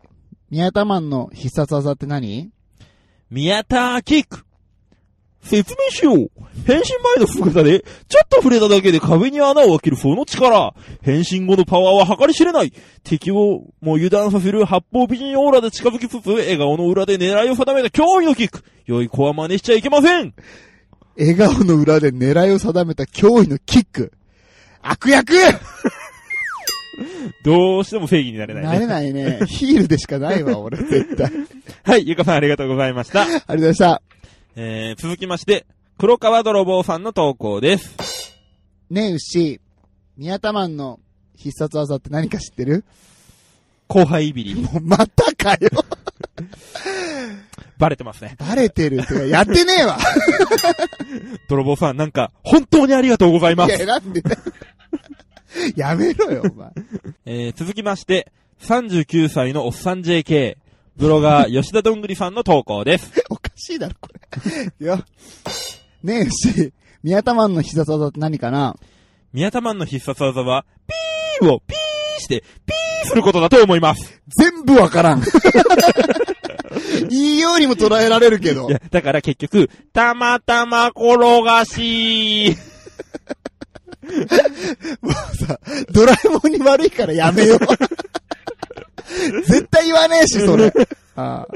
[SPEAKER 1] 宮田マンの必殺技って何
[SPEAKER 2] 宮田キック。説明しよう。変身前の姿で、ちょっと触れただけで壁に穴を開けるその力。変身後のパワーは計り知れない。敵をもう油断させる八方美人オーラで近づきつつ、笑顔の裏で狙いを定めた驚異のキック。良い子は真似しちゃいけません。
[SPEAKER 1] 笑顔の裏で狙いを定めた脅威のキック。悪役
[SPEAKER 2] どうしても正義になれ
[SPEAKER 1] なれないね。ヒールでしかないわ、俺、絶対。あり
[SPEAKER 2] はい、ゆかさんありがとうございました。
[SPEAKER 1] がとうございました。
[SPEAKER 2] えー、続きまして、黒川泥棒さんの投稿です。
[SPEAKER 1] ねえ、牛、宮田マンの必殺技って何か知ってる
[SPEAKER 2] 後輩いびり。
[SPEAKER 1] もうまたかよ。
[SPEAKER 2] バレてますね。
[SPEAKER 1] バレてるとか、やってねえわ。
[SPEAKER 2] 泥棒さん、なんか、本当にありがとうございま
[SPEAKER 1] い
[SPEAKER 2] す
[SPEAKER 1] や、。なんで。 [LAUGHS] やめろよ、お前。
[SPEAKER 2] えー続きまして、39歳のおっさん JK、ブロガー吉田どんぐりさんの投稿です。
[SPEAKER 1] おかしいだろ、これ。よ。ねえ、牛、宮田マンの必殺技って何かな
[SPEAKER 2] 宮田マンの必殺技は、ピーをピーして、ピーすることだと思います。
[SPEAKER 1] 全部わからん。いいようにも捉えられるけど
[SPEAKER 2] い。や、だから結局、たまたま転がし。
[SPEAKER 1] もうさ、ドラえもんに悪いからやめよう。
[SPEAKER 2] [LAUGHS]
[SPEAKER 1] 絶対言わねえし、それ。あ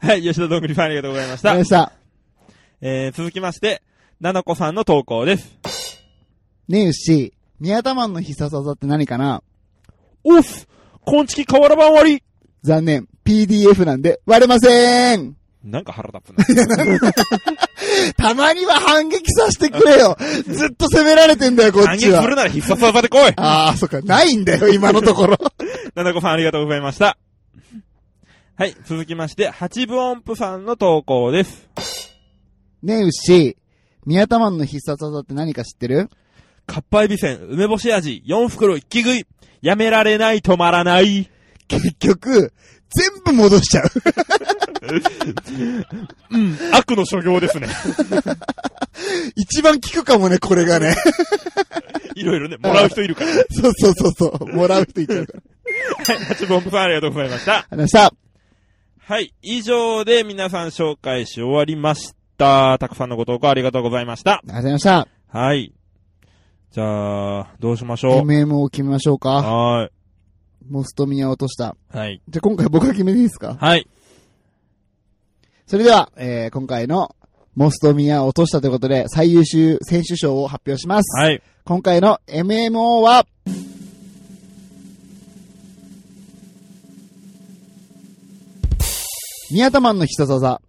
[SPEAKER 1] あ、
[SPEAKER 2] はい、吉田どんぐりファンありがとうございまし
[SPEAKER 1] わか
[SPEAKER 2] た
[SPEAKER 1] りま。した。
[SPEAKER 2] えー、続きまして、ななこさんの投稿です。
[SPEAKER 1] ねえ、うし、宮田マンの必殺技って何かな
[SPEAKER 2] おっすこんちき瓦版割り
[SPEAKER 1] 残念。PDF なんで、割れません
[SPEAKER 2] なんか腹立つな。
[SPEAKER 1] たまには反撃させてくれ [LAUGHS] よずっと攻められてんだ [LAUGHS] よ、こ
[SPEAKER 2] 反
[SPEAKER 1] っ
[SPEAKER 2] 撃
[SPEAKER 1] ち
[SPEAKER 2] す
[SPEAKER 1] は。
[SPEAKER 2] るなら必殺技で来い
[SPEAKER 1] ああ、そっか、ないんだよ、今のところ。
[SPEAKER 2] ななこさんありがとうございました。はい、続きまして、八分音符さんの投稿です。
[SPEAKER 1] [LAUGHS] ねえ、うし、宮田マンの必殺技って何か知ってる
[SPEAKER 2] かっぱえびせん、梅干し味、4袋一気食い。やめられない、止まらない。
[SPEAKER 1] 結局、全部戻しちゃう。 [LAUGHS]
[SPEAKER 2] 悪の所業ですね。
[SPEAKER 1] 一番効くかもね、これがね。
[SPEAKER 2] [LAUGHS] いろいろね、もらう人いるから、ね。
[SPEAKER 1] [LAUGHS] そうそうそうそう。もらう人いっちゃうから。
[SPEAKER 2] はい、八分音符さんありがとうございました。
[SPEAKER 1] ありがとうございました。
[SPEAKER 2] はい、以上で皆さん紹介し終わりました。たくさんのご投稿ありがとうございました。
[SPEAKER 1] ありがとうございました。
[SPEAKER 2] はい。じゃあ、どうしましょう。
[SPEAKER 1] MM を決めましょうか。
[SPEAKER 2] は
[SPEAKER 1] モストミア落とした。
[SPEAKER 2] い。はい。
[SPEAKER 1] じゃあ今回僕が決めていいですか
[SPEAKER 2] はい。
[SPEAKER 1] それでは、えー、今回のモストミア落としたということで、最優秀選手賞を発表します。
[SPEAKER 2] はい。
[SPEAKER 1] 今回の MMO は、宮田マンの必殺技。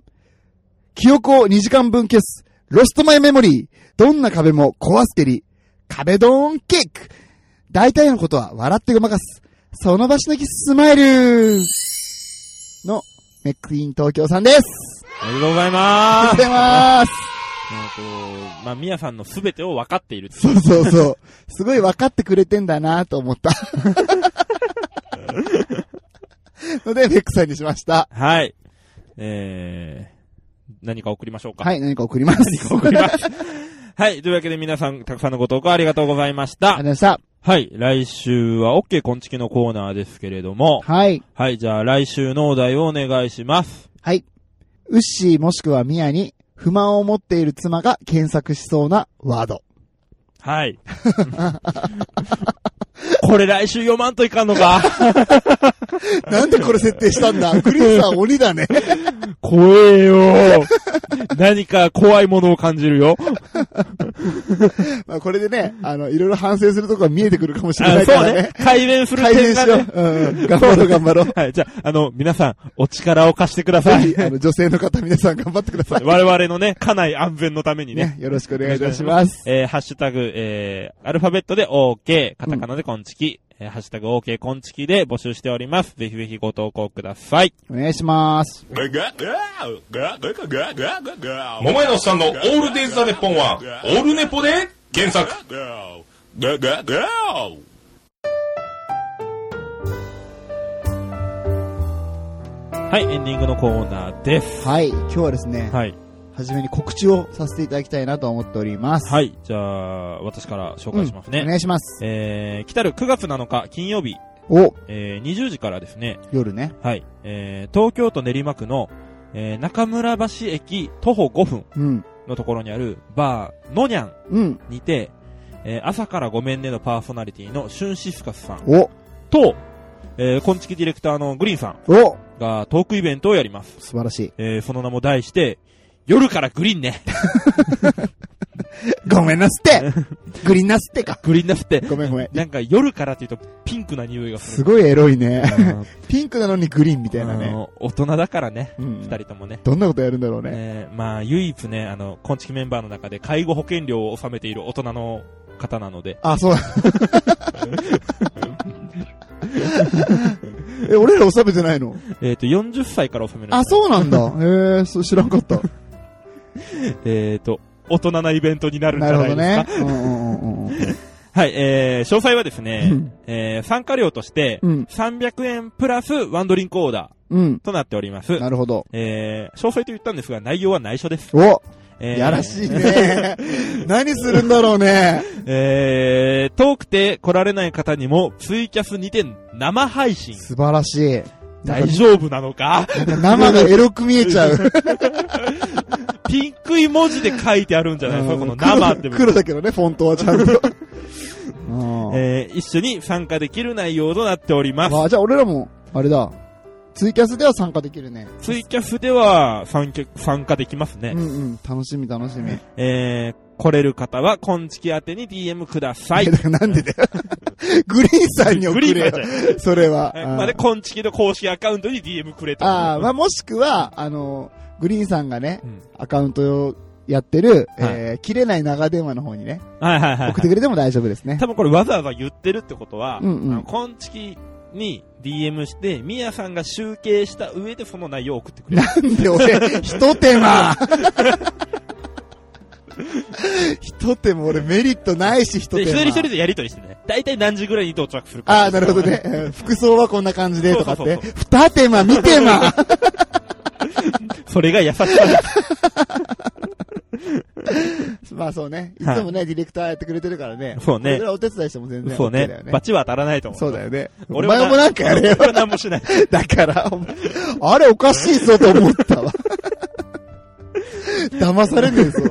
[SPEAKER 1] 記憶を2時間分消す。ロストマイメモリー。どんな壁も壊すてり。壁ドーンキック。大体のことは笑ってごまかす。その場しのぎスマイルのメックイーン東京さんです。
[SPEAKER 2] おめでとうございま
[SPEAKER 1] あ
[SPEAKER 2] す。
[SPEAKER 1] りがとうございます。
[SPEAKER 2] えっと、まあ、みやさんのすべてを分かっている。
[SPEAKER 1] そうそうそう。すごい分かってくれてんだなと思った。ので、フェックさんにしました。
[SPEAKER 2] はい。えー、何か送りましょうか。。
[SPEAKER 1] はいい、何か送ります。何か
[SPEAKER 2] 送り [LAUGHS] ます。はい。というわけで皆さん、たくさんのご投稿ありがとうございまし
[SPEAKER 1] あ
[SPEAKER 2] た
[SPEAKER 1] り。がとうござい
[SPEAKER 2] はい。来週は OK こんちきのコーナーですけれども
[SPEAKER 1] まし。た。はい。
[SPEAKER 2] はい。じゃあ来週のお題をお願いします。
[SPEAKER 1] はい。ウッシーもしくはミヤに不満を持っている妻が検索しそうなワード。
[SPEAKER 2] [LAUGHS] はい。これ来週読まんといかんのか。
[SPEAKER 1] なんでこれ設定したん
[SPEAKER 2] [LAUGHS]
[SPEAKER 1] だクリスさん鬼だね。
[SPEAKER 2] 怖えよ。 [LAUGHS] 何か怖いものを感じるよ。
[SPEAKER 1] まあこれでね、あの、いろいろ反省するとこが見えてくるかもしれな
[SPEAKER 2] あ
[SPEAKER 1] いか
[SPEAKER 2] そう
[SPEAKER 1] ら
[SPEAKER 2] ね
[SPEAKER 1] ね。。
[SPEAKER 2] 改善する
[SPEAKER 1] 改
[SPEAKER 2] 点
[SPEAKER 1] 善
[SPEAKER 2] が
[SPEAKER 1] しよ
[SPEAKER 2] ね。
[SPEAKER 1] う。うんうん。頑張ろう頑張ろう。ぜ
[SPEAKER 2] はい。じゃあ、あの、皆さん、お力を貸してください
[SPEAKER 1] ひ、。あの、女性の方皆さん頑張ってください。
[SPEAKER 2] 我々のね、家内安全のためにね
[SPEAKER 1] ね。、よろしくお願いいたします。
[SPEAKER 2] えー、ハッシュタグ、えー、アルファベットで OK、カタカナでコンチキ、えーハッシュタグ OK コンチキで募集しております。ぜひぜひご投稿ください。
[SPEAKER 1] お願いします。
[SPEAKER 6] 桃屋のおっさんのオールデイズ・ザ・ネッポンは、オールネポで検索。
[SPEAKER 2] はい、エンディングのコーナーです。
[SPEAKER 1] はい、今日はですね、
[SPEAKER 2] はい。
[SPEAKER 1] はじめに告知をさせていただきたいなと思っております。い。
[SPEAKER 2] はい、じゃあ、私から紹介します
[SPEAKER 1] お
[SPEAKER 2] ね。
[SPEAKER 1] 願いします。
[SPEAKER 2] えー、来たる9月7日金曜日、
[SPEAKER 1] お、
[SPEAKER 2] えー、20時からですね、
[SPEAKER 1] 夜ね。
[SPEAKER 2] はい、えー、東京都練馬区の、えー、中村橋駅徒歩5分
[SPEAKER 1] うん。
[SPEAKER 2] のところにあるバー、のにゃん
[SPEAKER 1] うん。
[SPEAKER 2] にて、えー朝からごめんねのパーソナリティのシュンシスカスさん
[SPEAKER 1] お、
[SPEAKER 2] と、えー、コンチキディレクターのグリーンさん
[SPEAKER 1] お、
[SPEAKER 2] がトークイベントをやります。
[SPEAKER 1] 素晴らしい。
[SPEAKER 2] えーその名も題して、夜からグリーンね。
[SPEAKER 1] [LAUGHS]
[SPEAKER 2] [LAUGHS]
[SPEAKER 1] ごめんなすって [LAUGHS] グリーンなすってか。
[SPEAKER 2] グリーンなすって。
[SPEAKER 1] ごめんごめん。
[SPEAKER 2] なんか夜からって言うとピンクな匂いがす
[SPEAKER 1] す
[SPEAKER 2] る。
[SPEAKER 1] ごいエロいね。
[SPEAKER 2] ごい。
[SPEAKER 1] ピンクなのにグリーンみたいな
[SPEAKER 2] あ
[SPEAKER 1] ね。
[SPEAKER 2] の大人だからね、
[SPEAKER 1] う
[SPEAKER 2] 二、
[SPEAKER 1] ん
[SPEAKER 2] 人ともね。
[SPEAKER 1] どんなことやるんだろうね。
[SPEAKER 2] えーまあ、唯一ね、あの、コンチキメンバーの中で介護保険料を納めている大人の方なので、
[SPEAKER 1] あ、 [LAUGHS] そう。え、俺ら収めてないの
[SPEAKER 2] えっ、と、40歳から納め
[SPEAKER 1] [LAUGHS]
[SPEAKER 2] る。
[SPEAKER 1] あ、そうなんだ。へえ、そう知らんか [LAUGHS] った。
[SPEAKER 2] えっ、と、大人なイベントになるん
[SPEAKER 1] な
[SPEAKER 2] じゃ
[SPEAKER 1] るほ
[SPEAKER 2] ないで
[SPEAKER 1] ど
[SPEAKER 2] すか。
[SPEAKER 1] ね。うんうんうんうんうん。
[SPEAKER 2] はい、えー、詳細はですね
[SPEAKER 1] うん、
[SPEAKER 2] えー、参加料として、
[SPEAKER 1] うん
[SPEAKER 2] 300円プラスワンドリンクオーダ
[SPEAKER 1] うん。 [LAUGHS]
[SPEAKER 2] ーとなっております。
[SPEAKER 1] なるほど。
[SPEAKER 2] えー、詳細と言ったんですが、内容は内緒です。
[SPEAKER 1] お
[SPEAKER 2] えー
[SPEAKER 1] やらしい
[SPEAKER 2] [LAUGHS]
[SPEAKER 1] ね。何するんだろうね。
[SPEAKER 2] えー、遠くて来られない方にも、ツイキャス2点生配信。
[SPEAKER 1] 素晴らしい。
[SPEAKER 2] 大丈夫なのか [LAUGHS]
[SPEAKER 1] 生がエロく見えちゃう。
[SPEAKER 2] ピンクい文字で書いてあるんじゃないですか、この生って
[SPEAKER 1] うん黒
[SPEAKER 2] 部分。
[SPEAKER 1] 黒だけどね、フォントはちゃ
[SPEAKER 2] [LAUGHS]
[SPEAKER 1] んと。うん
[SPEAKER 2] えー、一緒に参加できる内容となっております。
[SPEAKER 1] まあ、じゃあ俺らも、あれだ。ツイキャスでは参加できるね。
[SPEAKER 2] ツイキャスでは参加参加できますね。
[SPEAKER 1] うんうん。楽しみ楽しみ。
[SPEAKER 2] えー、来れる方は、今月宛てに DM ください。
[SPEAKER 1] だから [LAUGHS] なんで
[SPEAKER 2] [LAUGHS]
[SPEAKER 1] だよ。グリーンさんに送
[SPEAKER 2] グリーン
[SPEAKER 1] れよ
[SPEAKER 2] さんじゃ。
[SPEAKER 1] それは。
[SPEAKER 2] えまあね、今月の公式アカウントに DM くれと。
[SPEAKER 1] ああ、まあ、もしくは、あの、グリーンさんがね
[SPEAKER 2] う、ん
[SPEAKER 1] アカウントをやってる、えー切れない長電話の方にね、
[SPEAKER 2] はいはいはい、は
[SPEAKER 1] 送って
[SPEAKER 2] い。
[SPEAKER 1] くれても大丈夫ですね。
[SPEAKER 2] 多分これわざわざ言ってるってことは、
[SPEAKER 1] うんうん
[SPEAKER 2] あの今月に DM して、ミヤさんが集計した上でその内容を送ってくれる。
[SPEAKER 1] なんで俺、一手間一手間俺メリットないし、一
[SPEAKER 2] で、
[SPEAKER 1] 手
[SPEAKER 2] 一
[SPEAKER 1] 間。
[SPEAKER 2] 人一人でやりとりしてね。大体何時ぐらいに到着するか。
[SPEAKER 1] ああ、なるほどね。うん服装はこんな感じでとかっ
[SPEAKER 2] そう
[SPEAKER 1] て
[SPEAKER 2] そうそ。
[SPEAKER 1] 二手間、三手間。
[SPEAKER 2] [LAUGHS] [LAUGHS] それが優しさです。
[SPEAKER 1] まあそうね。い
[SPEAKER 2] はい
[SPEAKER 1] つもね、ディレクターやってくれてるからね。
[SPEAKER 2] そうね
[SPEAKER 1] 俺らお手伝いしても全然 OK
[SPEAKER 2] そう
[SPEAKER 1] だよ
[SPEAKER 2] ね。
[SPEAKER 1] ね。
[SPEAKER 2] バチは当たらないと思う。
[SPEAKER 1] そうだよね。お
[SPEAKER 2] 俺は
[SPEAKER 1] 前もなんかやれ
[SPEAKER 2] [LAUGHS]
[SPEAKER 1] よ。
[SPEAKER 2] 俺は何もしない。
[SPEAKER 1] だから、お前あれおかしいぞと思ったわ。騙されねえ
[SPEAKER 2] [LAUGHS]
[SPEAKER 1] ぞ。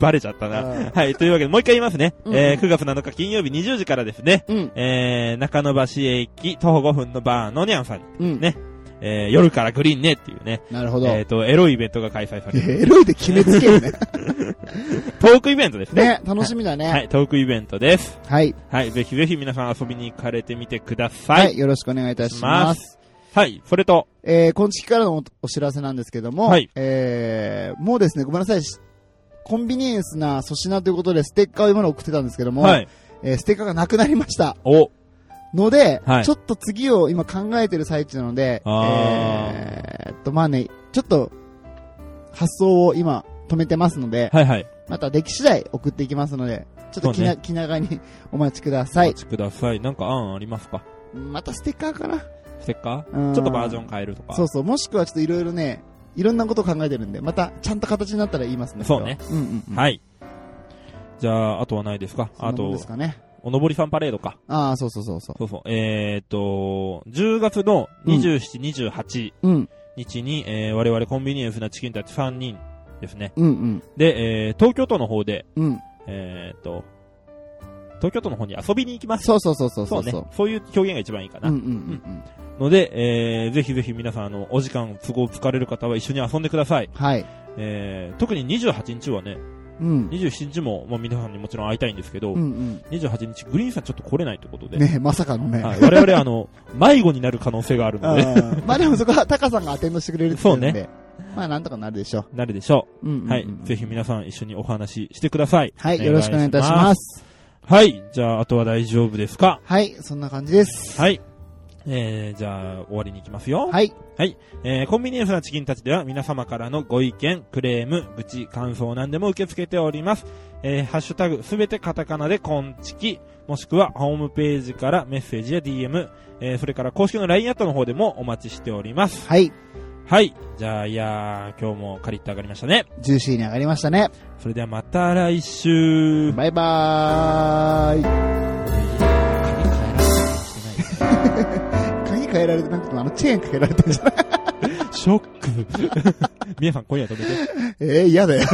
[SPEAKER 2] バレちゃったな
[SPEAKER 1] あ。ー
[SPEAKER 2] はい。というわけで、もう一回言いますね。
[SPEAKER 1] うん
[SPEAKER 2] えー9月7日金曜日20時からですね。
[SPEAKER 1] うん。
[SPEAKER 2] えー、中野橋駅徒歩5分のバーのにゃんさんに、
[SPEAKER 1] うん。
[SPEAKER 2] ねえー、夜からグリーンねっていうね、
[SPEAKER 1] なるほど。
[SPEAKER 2] えっ、と、エロいイベントが開催される。
[SPEAKER 1] エロいで決めつけるね。
[SPEAKER 2] トークイベントです [LAUGHS] ね。
[SPEAKER 1] ね、楽しみだ
[SPEAKER 2] は
[SPEAKER 1] ね。
[SPEAKER 2] い、トークイベントです。
[SPEAKER 1] はい。
[SPEAKER 2] はい、ぜひぜひ皆さん遊びに行かれてみてくださ。
[SPEAKER 1] はいい。よろしくお願いいたします。。
[SPEAKER 2] はい、それと、
[SPEAKER 1] えー、今月からのおお知らせなんですけども、
[SPEAKER 2] はい
[SPEAKER 1] えー、もうですね、ごめんなさい、しコンビニエンスな粗品ということで、ステッカーを今の送ってたんですけども、
[SPEAKER 2] はい、
[SPEAKER 1] えーステッカーがなくなりました。
[SPEAKER 2] お、
[SPEAKER 1] ので、
[SPEAKER 2] はい
[SPEAKER 1] ちょっと次を今考えてる最中なので、
[SPEAKER 2] あー
[SPEAKER 1] えーっと、まあね、ちょっと、発想を今、止めてますので、
[SPEAKER 2] はいはい、
[SPEAKER 1] また出来次第送っていきますので、ちょっと気,、
[SPEAKER 2] そうね
[SPEAKER 1] 気長にお待ちくださ
[SPEAKER 2] お
[SPEAKER 1] い
[SPEAKER 2] 待。ちください。なんか案ありますか
[SPEAKER 1] またステッカーかな
[SPEAKER 2] ステッカ
[SPEAKER 1] う
[SPEAKER 2] ー
[SPEAKER 1] ん
[SPEAKER 2] ちょっとバージョン変えるとか。
[SPEAKER 1] そうそう、もしくはちょっといろいろね、いろんなことを考えてるんで、またちゃんと形になったら言いますね。
[SPEAKER 2] そうね
[SPEAKER 1] これは。うんうんうん。い。
[SPEAKER 2] はい。じゃあ、あとはないですか
[SPEAKER 1] あ
[SPEAKER 2] あ
[SPEAKER 1] と。
[SPEAKER 2] と
[SPEAKER 1] です、かね。
[SPEAKER 2] おのぼりさんパレードか。
[SPEAKER 1] ああ、そうそうそうそ
[SPEAKER 2] そうそう。えーっと、10月の27、28
[SPEAKER 1] う。うん、
[SPEAKER 2] 日に、えー我々コンビニエンスなチキンたち3人ですね。
[SPEAKER 1] うん、うん、
[SPEAKER 2] で、えー東京都の方で、
[SPEAKER 1] うん。
[SPEAKER 2] えーっと、東京都の方に遊びに行きます。
[SPEAKER 1] そうそうそうそうそう。
[SPEAKER 2] ね。そういう表現が一番いいか
[SPEAKER 1] う
[SPEAKER 2] な。
[SPEAKER 1] んうんうん。
[SPEAKER 2] ので、えーぜひぜひ皆さん、あの、お時間、都合疲れる方は一緒に遊んでください。
[SPEAKER 1] はい。
[SPEAKER 2] えー特に28日はね、
[SPEAKER 1] うん。
[SPEAKER 2] 27日も、まあ、皆さんにもちろん会いたいんですけど、
[SPEAKER 1] うん
[SPEAKER 2] 28日、グリーンさんちょっと来れないということ
[SPEAKER 1] う
[SPEAKER 2] で、
[SPEAKER 1] ん。ねまさかのね。
[SPEAKER 2] はい、我々、あの、迷子になる可能性がある
[SPEAKER 1] [LAUGHS] あ
[SPEAKER 2] ので、
[SPEAKER 1] ーまあでもそこはタカさんがアテンドしてくれるって言うんで。まあなんとかなるでしょ
[SPEAKER 2] なるでしょ
[SPEAKER 1] う。うんうんう
[SPEAKER 2] う。
[SPEAKER 1] ん。
[SPEAKER 2] はい、ぜひ皆さん一緒にお話ししてください。。
[SPEAKER 1] はい、よろしくお願いいたしますす。
[SPEAKER 2] はい、じゃあ、あとは大丈夫ですか
[SPEAKER 1] はい、そんな感じです。
[SPEAKER 2] はい。えー、じゃあ、終わりに行きますよ。
[SPEAKER 1] はい。
[SPEAKER 2] えーコンビニエンスなチキンたちでは皆様からのご意見、クレーム、愚痴、感想何でも受け付けております。えーハッシュタグすべてカタカナでコンチキ、もしくはホームページからメッセージや DM、えーそれから公式の LINE アットの方でもお待ちしております。
[SPEAKER 1] はい、
[SPEAKER 2] はい。じゃあ、いやー、今日もカリッと上がりましたね。
[SPEAKER 1] ジューシーに上がりましたね。
[SPEAKER 2] それではまた来週。
[SPEAKER 1] バイバーイ。鍵変えられてなくても、あのチェーン変えられてんじゃない
[SPEAKER 2] [LAUGHS] ショック。皆さん今夜止めて。
[SPEAKER 1] Eh, えー、嫌だよ。